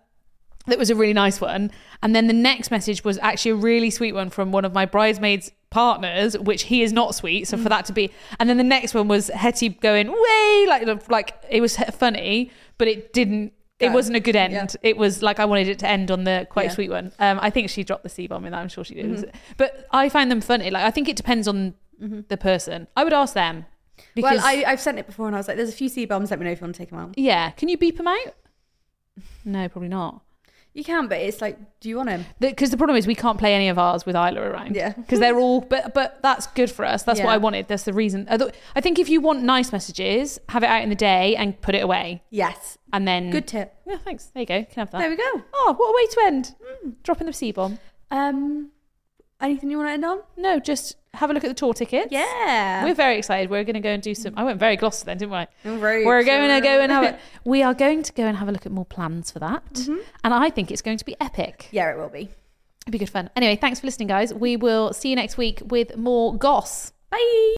That was a really nice one. And then the next message was actually a really sweet one from one of my bridesmaids' partners, which he is not sweet. So for Mm. that to be, and then the next one was Hetty going way like like it was funny, but it didn't. It Go. wasn't a good end. Yeah. It was like I wanted it to end on the quite Yeah. Mm-hmm. sweet one. Um, I think she dropped the C bomb in that. I'm sure she did. It was- But I find them funny. Like I think it depends on Mm. the person. I would ask them. Because, well, I, I've sent it before, and I was like, "There's a few C bombs. Let me know if you want to take them out." yeah, can you beep them out? No, probably not. You can, but it's like, do you want him? Because the, problem is we can't play any of ours with Isla around. Yeah. because they're all. But but that's good for us. That's what Yeah. I wanted. That's the reason. I thought- I think if you want nice messages, have it out in the day and put it away, Yes. and then Good tip. Yeah, thanks. There you go. You Can have that. There we Mm. go. Oh, what a way to end! Dropping the C bomb. Um, anything you want to end on? No, just have a look at the tour tickets. Yeah. We're very excited. We're going to go and do some. I went very glossy then, didn't I? I'm very We're going to go and have Mm-hmm. excited. *laughs* it. *laughs* We are going to go and have a look at more plans for that, and I think it's going to be epic. yeah, it will be. It'd be good fun. Anyway, thanks for listening, guys. We will see you next week with more goss. Bye.